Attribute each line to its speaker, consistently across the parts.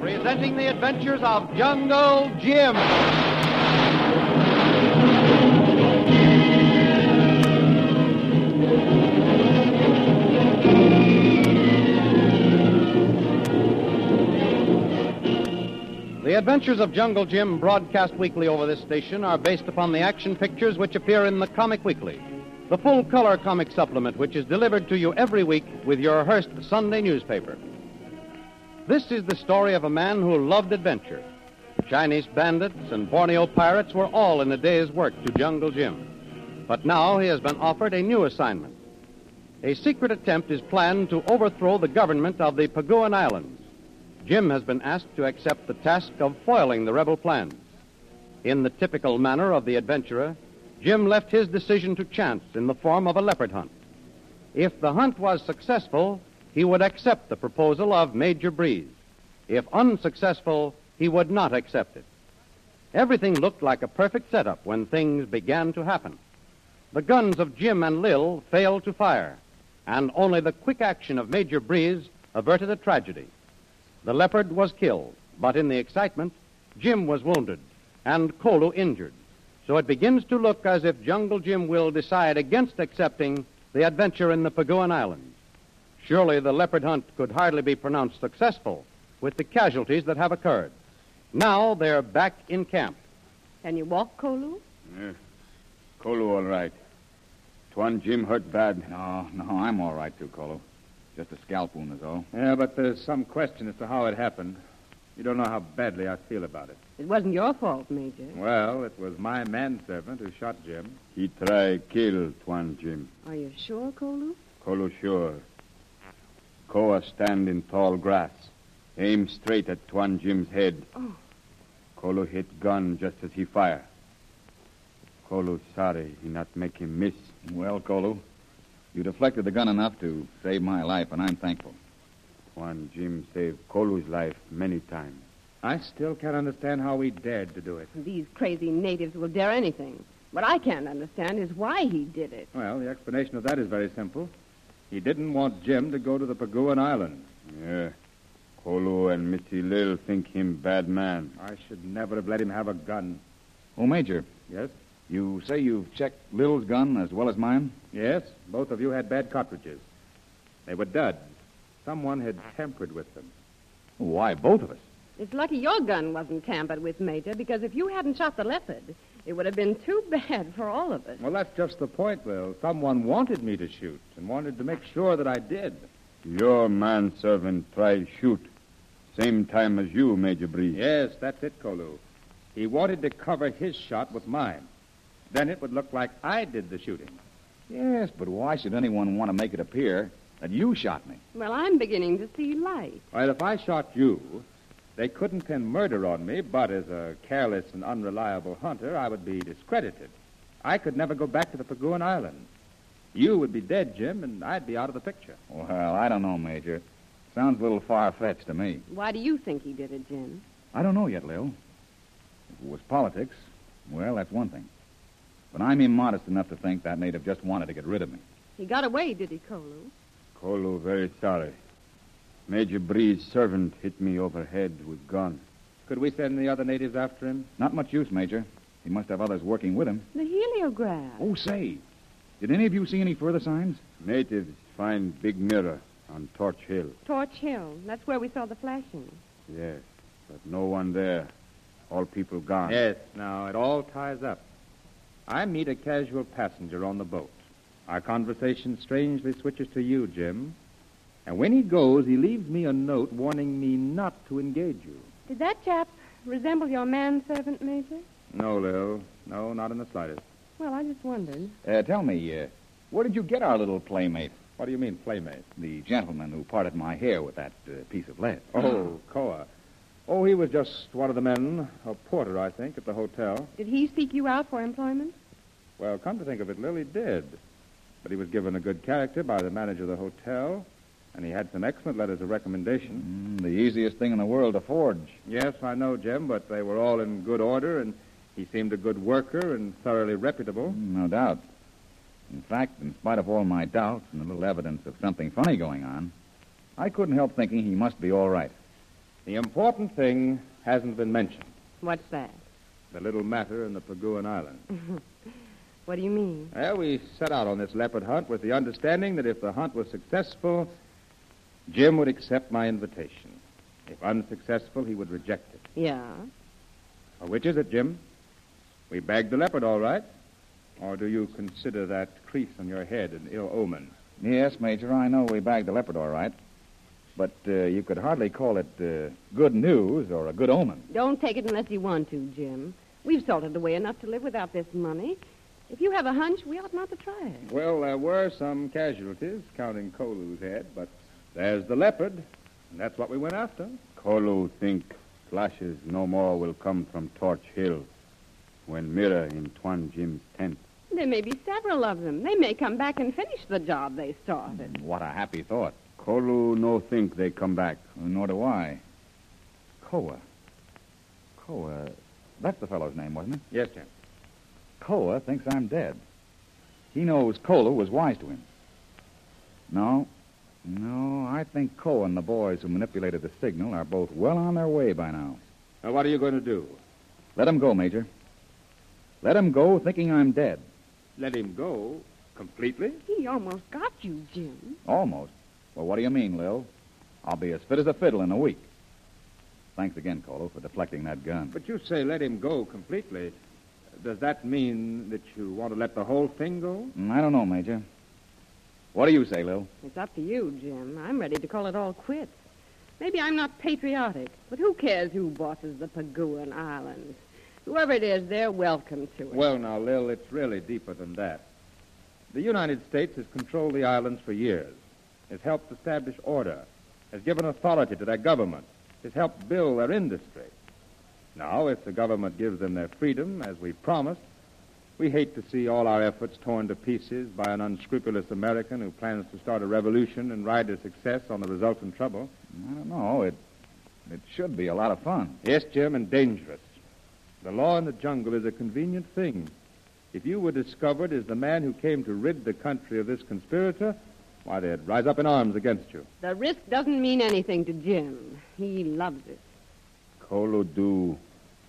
Speaker 1: Presenting the adventures of Jungle Jim. The adventures of Jungle Jim, broadcast weekly over this station, are based upon the action pictures which appear in the Comic Weekly, the full color comic supplement which is delivered to you every week with your Hearst Sunday newspaper. This is the story of a man who loved adventure. Chinese bandits and Borneo pirates were all in a day's work to Jungle Jim. But now he has been offered a new assignment. A secret attempt is planned to overthrow the government of the Paguan Islands. Jim has been asked to accept the task of foiling the rebel plans. In the typical manner of the adventurer, Jim left his decision to chance in the form of a leopard hunt. If the hunt was successful, he would accept the proposal of Major Breeze. If unsuccessful, he would not accept it. Everything looked like a perfect setup when things began to happen. The guns of Jim and Lil failed to fire, and only the quick action of Major Breeze averted a tragedy. The leopard was killed, but in the excitement, Jim was wounded and Kolu injured. So it begins to look as if Jungle Jim will decide against accepting the adventure in the Paguan Islands. Surely the leopard hunt could hardly be pronounced successful with the casualties that have occurred. Now they're back in camp.
Speaker 2: Can you walk, Kolu?
Speaker 3: Yeah. Kolo, all right. Tuan Jim hurt bad.
Speaker 4: No, no, I'm all right too, Colo. Just a scalp wound is all.
Speaker 3: Yeah, but there's some question as to how it happened. You don't know how badly I feel about it.
Speaker 2: It wasn't your fault, Major.
Speaker 3: Well, it was my manservant who shot Jim.
Speaker 4: He try kill Tuan Jim.
Speaker 2: Are you sure, Kolu?
Speaker 4: Kolo sure. Koa stand in tall grass. Aim straight at Tuan Jim's head.
Speaker 2: Oh.
Speaker 4: Kolo hit gun just as he fire. Kolo sorry he not make him miss.
Speaker 3: Well, Kolo, you deflected the gun enough to save my life, and I'm thankful.
Speaker 4: Tuan Jim save Kolo's life many times.
Speaker 3: I still can't understand how he dared to do it.
Speaker 2: These crazy natives will dare anything. What I can't understand is why he did it.
Speaker 3: Well, the explanation of that is very simple. He didn't want Jim to go to the Paguan Islands.
Speaker 4: Yeah. Kolo and Missy Lil think him bad man.
Speaker 3: I should never have let him have a gun.
Speaker 4: Oh, Major,
Speaker 3: Yes?
Speaker 4: you say you've checked Lil's gun as well as mine?
Speaker 3: Yes, both of you had bad cartridges. They were dud. Someone had tampered with them.
Speaker 4: Why, both of us.
Speaker 2: It's lucky your gun wasn't tampered with, Major, because if you hadn't shot the leopard, It would have been too bad for all of us.
Speaker 5: Well, that's just the point, Will. Someone wanted me to shoot and wanted to make sure that I did.
Speaker 4: Your manservant tried shoot. Same time as you, Major Breeze.
Speaker 5: Yes, that's it, Kolu. He wanted to cover his shot with mine. Then it would look like I did the shooting.
Speaker 1: Yes, but why should anyone want to make it appear that you shot me?
Speaker 2: Well, I'm beginning to see light.
Speaker 5: Well, if I shot you, they couldn't pin murder on me, but as a careless and unreliable hunter, I would be discredited. I could never go back to the Paguan Islands. You would be dead, Jim, and I'd be out of the picture.
Speaker 1: Well, I don't know, Major. Sounds a little far fetched to me.
Speaker 2: Why do you think he did it, Jim?
Speaker 1: I don't know yet, Lil. If it was politics, well, that's one thing. But I'm immodest enough to think that native just wanted to get rid of me.
Speaker 2: He got away, did he, Kolu?
Speaker 4: Kolo very sorry. Major Bree's servant hit me overhead with gun.
Speaker 5: Could we send the other natives after him?
Speaker 1: Not much use, Major. He must have others working with him.
Speaker 2: The heliograph.
Speaker 1: Oh, say, did any of you see any further signs?
Speaker 4: Natives find big mirror on Torch Hill.
Speaker 2: Torch Hill. That's where we saw the flashing.
Speaker 4: Yes, but no one there. All people gone.
Speaker 5: Yes, now it all ties up. I meet a casual passenger on the boat. Our conversation strangely switches to you, Jim. And when he goes, he leaves me a note warning me not to engage you.
Speaker 2: Did that chap resemble your manservant, Major?
Speaker 5: No, Lil. No, not in the slightest.
Speaker 2: Well, I just wondered.
Speaker 1: Uh, tell me, uh, where did you get our little playmate?
Speaker 5: What do you mean, playmate?
Speaker 1: The gentleman who parted my hair with that uh, piece of lead.
Speaker 5: Oh, Koa. Oh, he was just one of the men, a porter, I think, at the hotel.
Speaker 2: Did he seek you out for employment?
Speaker 5: Well, come to think of it, Lil, he did. But he was given a good character by the manager of the hotel, and he had some excellent letters of recommendation.
Speaker 4: Mm-hmm.
Speaker 1: Mm, the easiest thing in the world to forge.
Speaker 5: Yes, I know, Jim, but they were all in good order, and he seemed a good worker and thoroughly reputable.
Speaker 4: Mm-hmm.
Speaker 1: Mm, No doubt. In fact, in spite of all my doubts and a little evidence of something funny going on, I couldn't help thinking he must be all right.
Speaker 5: The important thing hasn't been mentioned
Speaker 2: What's that?
Speaker 5: the little matter in the Paguan Islands.
Speaker 2: What do you mean?
Speaker 5: Well, we set out on this leopard hunt with the understanding that if the hunt was successful, Jim would accept my invitation. If unsuccessful, he would reject it.
Speaker 2: Yeah.
Speaker 5: Well, Uh, which is it, Jim? We bagged the leopard, all right. Or do you consider that crease on your head an ill omen?
Speaker 1: Yes, Major, I know we bagged the leopard all right. But uh, you could hardly call it uh, good news or a good omen.
Speaker 2: Don't take it unless you want to, Jim. We've salted away enough to live without this money. If you have a hunch, we ought not to try it.
Speaker 5: Well, there were some casualties, counting Kolu's head, but there's the leopard, and that's what we went after.
Speaker 4: Kolo think flashes no more will come from Torch Hill when mirror in Tuan Jim's tent.
Speaker 2: There may be several of them. They may come back and finish the job they started.
Speaker 1: What a happy thought.
Speaker 4: Kolo no think they come back.
Speaker 1: Nor do I. Koa. Koa. That's the fellow's name, wasn't it?
Speaker 5: Yes, Jim.
Speaker 1: Koa thinks I'm dead. He knows Kola was wise to him. No. No, I think Koa and the boys who manipulated the signal are both well on their way by now.
Speaker 5: Now, what are you going to do?
Speaker 1: Let 'em go, Major. Let 'em go thinking I'm dead.
Speaker 5: Let him go completely?
Speaker 2: He almost got you, Jim.
Speaker 1: Almost. Well, what do you mean, Lil? I'll be as fit as a fiddle in a week. Thanks again, Kola, for deflecting that gun.
Speaker 5: But you say let him go completely. Does that mean that you want to let the whole thing go?
Speaker 1: Mm, I don't know, Major. What do you say, Lil?
Speaker 2: It's up to you, Jim. I'm ready to call it all quits. Maybe I'm not patriotic, but who cares who bosses the Paguan Islands? Whoever it is, they're welcome to it.
Speaker 5: Well, now, Lil, it's really deeper than that. The United States has controlled the islands for years, has helped establish order, has given authority to their government, has helped build their industry. Now, if the government gives them their freedom, as we promised, we hate to see all our efforts torn to pieces by an unscrupulous American who plans to start a revolution and ride to success on the resultant trouble.
Speaker 1: I don't know. It, it should be a lot of fun.
Speaker 5: Yes, Jim, and dangerous. The law in the jungle is a convenient thing. If you were discovered as the man who came to rid the country of this conspirator, why, they'd rise up in arms against you.
Speaker 2: The risk doesn't mean anything to Jim. He loves it.
Speaker 4: Kolo do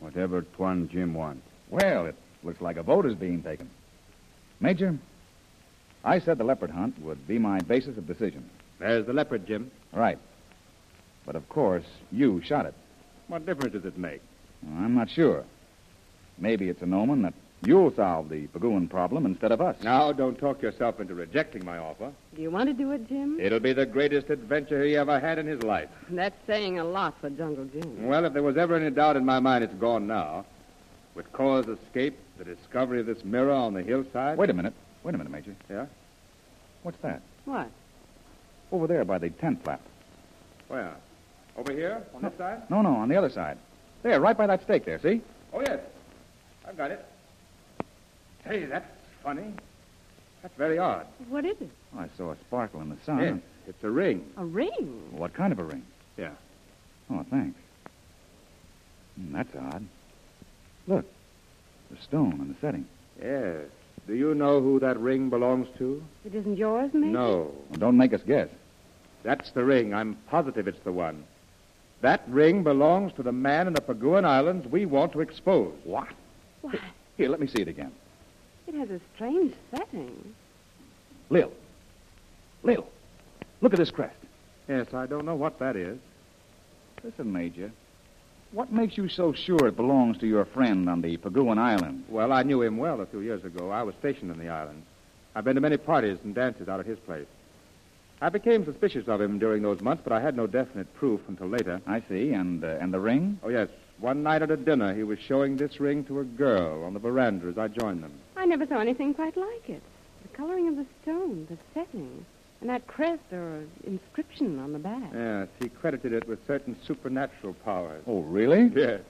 Speaker 4: whatever Tuan Jim wants.
Speaker 1: Well, it looks like a vote is being taken. Major, I said the leopard hunt would be my basis of decision.
Speaker 5: There's the leopard, Jim.
Speaker 1: Right. But of course, you shot it.
Speaker 5: What difference does it make?
Speaker 1: I'm not sure. Maybe it's an omen that You'll solve the Paguan problem instead of us.
Speaker 5: Now, don't talk yourself into rejecting my offer.
Speaker 2: Do you want to do it, Jim?
Speaker 5: It'll be the greatest adventure he ever had in his life.
Speaker 2: That's saying a lot for Jungle Jim.
Speaker 5: Well, if there was ever any doubt in my mind, it's gone now. With Cora's escape, the discovery of this mirror on the hillside.
Speaker 1: Wait a minute. Wait a minute, Major.
Speaker 5: Yeah?
Speaker 1: What's that?
Speaker 2: What?
Speaker 1: Over there by the tent flap.
Speaker 5: Where? Over here? On this side?
Speaker 1: No, no, on the other side. There, right by that stake there, see?
Speaker 5: Oh, yes. I've got it. Hey, that's funny. That's very odd.
Speaker 2: What is it?
Speaker 1: Oh, I saw a sparkle in the sun.
Speaker 5: Yes, it's a ring.
Speaker 2: A ring.
Speaker 1: What kind of a ring?
Speaker 5: Yeah.
Speaker 1: Oh, thanks. Hmm, that's odd. Look, the stone and the setting.
Speaker 5: Yes. Do you know who that ring belongs to?
Speaker 2: It isn't yours, Major?
Speaker 5: No.
Speaker 1: Well, don't make us guess.
Speaker 5: That's the ring. I'm positive it's the one. That ring belongs to the man in the Paguan Islands we want to expose.
Speaker 1: What?
Speaker 2: Why,
Speaker 1: Here, let me see it again.
Speaker 2: it has a strange setting.
Speaker 1: Lil. Lil, look at this crest.
Speaker 5: Yes, I don't know what that is.
Speaker 1: Listen, Major. What makes you so sure it belongs to your friend on the Paguan Island?
Speaker 5: Well, I knew him well a few years ago. I was stationed in the islands. I've been to many parties and dances out at his place. I became suspicious of him during those months, but I had no definite proof until later.
Speaker 1: I see, and uh, and the ring?
Speaker 5: Oh, yes. One night at a dinner, he was showing this ring to a girl on the veranda as I joined them.
Speaker 2: I never saw anything quite like it. The coloring of the stone, the setting, and that crest or inscription on the back.
Speaker 5: Yes, he credited it with certain supernatural powers.
Speaker 1: Oh, really?
Speaker 5: Yes.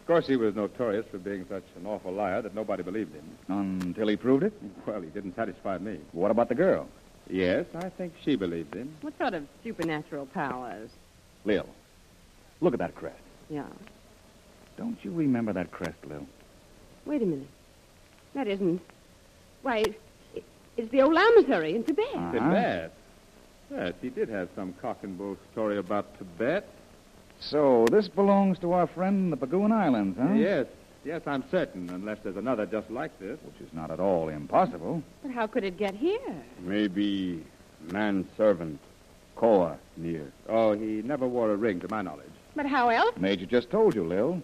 Speaker 5: Of course, he was notorious for being such an awful liar that nobody believed him.
Speaker 1: Until he proved it.
Speaker 5: Well, he didn't satisfy me.
Speaker 1: What about the girl,
Speaker 5: Yes, I think she believed him.
Speaker 2: What sort of supernatural powers?
Speaker 1: Lil? Look at that crest.
Speaker 2: Yeah.
Speaker 1: Don't you remember that crest, Lil?
Speaker 2: Wait a minute. That isn't. Why, it's, it- it's the old lamasery in Tibet.
Speaker 1: Ah. Uh-huh.
Speaker 5: Tibet. Yes, he did have some cock and bull story about Tibet.
Speaker 1: So this belongs to our friend in the Paguan Islands, huh?
Speaker 5: Yes, yes, I'm certain, unless there's another just like this.
Speaker 1: Which is not at all impossible.
Speaker 2: But how could it get here?
Speaker 4: Maybe manservant, Koa, near.
Speaker 5: Oh, he never wore a ring, to my knowledge.
Speaker 2: But how else?
Speaker 1: Major just told you, Lil.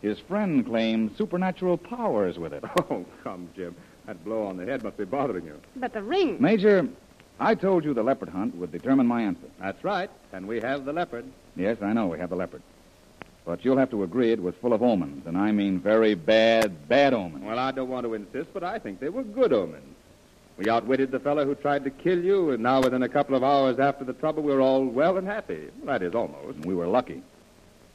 Speaker 1: His friend claimed supernatural powers with it.
Speaker 5: Oh, come, Jim. That blow on the head must be bothering you.
Speaker 2: But the ring.
Speaker 1: Major, I told you the leopard hunt would determine my answer.
Speaker 5: That's right, and we have the leopard.
Speaker 1: Yes, I know we have the leopard. But you'll have to agree it was full of omens, and I mean very bad, bad omens.
Speaker 5: Well, I don't want to insist, but I think they were good omens. We outwitted the fellow who tried to kill you, and now within a couple of hours after the trouble, we're all well and happy. Well, that is almost.
Speaker 1: And we were lucky.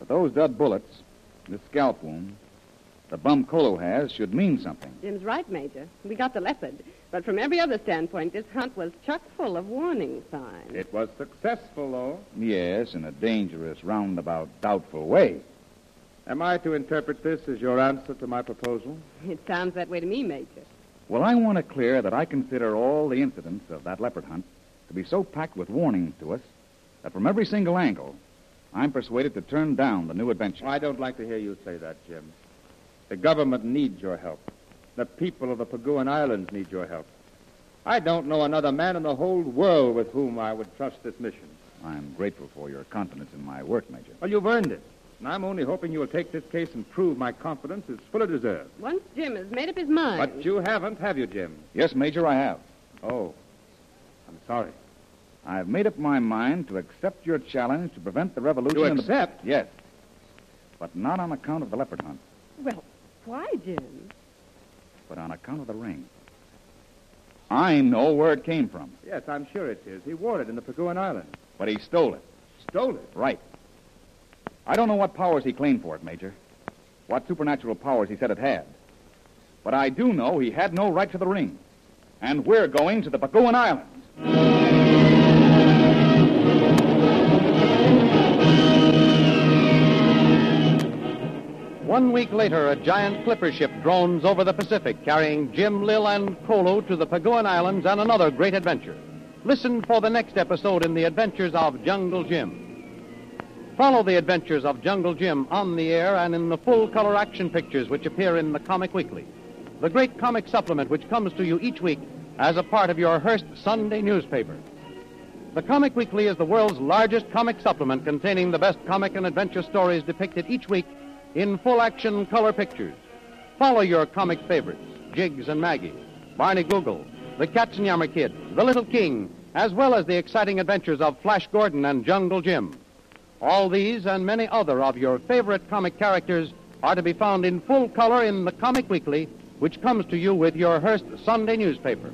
Speaker 1: But those dud bullets, the scalp wound, the bump Colo has should mean something.
Speaker 2: Jim's right, Major. We got the leopard. But from every other standpoint, this hunt was chock full of warning signs.
Speaker 5: It was successful, though.
Speaker 1: Yes, in a dangerous, roundabout, doubtful way.
Speaker 5: Am I to interpret this as your answer to my proposal?
Speaker 2: It sounds that way to me, Major.
Speaker 1: Well, I want to clear that I consider all the incidents of that leopard hunt to be so packed with warnings to us that from every single angle, I'm persuaded to turn down the new adventure.
Speaker 5: I don't like to hear you say that, Jim. The government needs your help. The people of the Paguan Islands need your help. I don't know another man in the whole world with whom I would trust this mission.
Speaker 1: I'm grateful for your confidence in my work, Major.
Speaker 5: Well, you've earned it. And I'm only hoping you'll take this case and prove my confidence is fully deserved.
Speaker 2: Once Jim has made up his mind.
Speaker 5: But you haven't, have you, Jim?
Speaker 1: Yes, Major, I have.
Speaker 5: Oh, I'm sorry.
Speaker 1: I've made up my mind to accept your challenge to prevent the revolution.
Speaker 5: To
Speaker 1: in the-
Speaker 5: accept?
Speaker 1: Yes. But not on account of the leopard hunt,
Speaker 2: Well, why, Jim?
Speaker 1: but on account of the ring. I know where it came from,
Speaker 5: Yes, I'm sure it is. He wore it in the Paguan Islands.
Speaker 1: but he stole it.
Speaker 5: Stole it.
Speaker 1: Right. I don't know what powers he claimed for it, Major. What supernatural powers he said it had. But I do know he had no right to the ring. And we're going to the Paguan Islands.
Speaker 6: One week later, a giant clipper ship drones over the Pacific, carrying Jim, Lil, and Kolo to the Paguan Islands and another great adventure. Listen for the next episode in the adventures of Jungle Jim. Follow the adventures of Jungle Jim on the air and in the full color action pictures which appear in the Comic Weekly, the great comic supplement which comes to you each week as a part of your Hearst Sunday newspaper. The Comic Weekly is the world's largest comic supplement containing the best comic and adventure stories depicted each week in full action color pictures.
Speaker 5: Follow your comic favorites, Jiggs and Maggie, Barney Google, the Katzenjammer Kid, the Little King, as well as the exciting adventures of Flash Gordon and Jungle Jim. All these and many other of your favorite comic characters are to be found in full color in the Comic Weekly, which comes to you with your Hearst Sunday newspaper.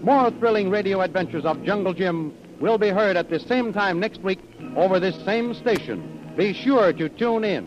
Speaker 5: More thrilling radio adventures of Jungle Jim will be heard at this same time next week over this same station. Be sure to tune in.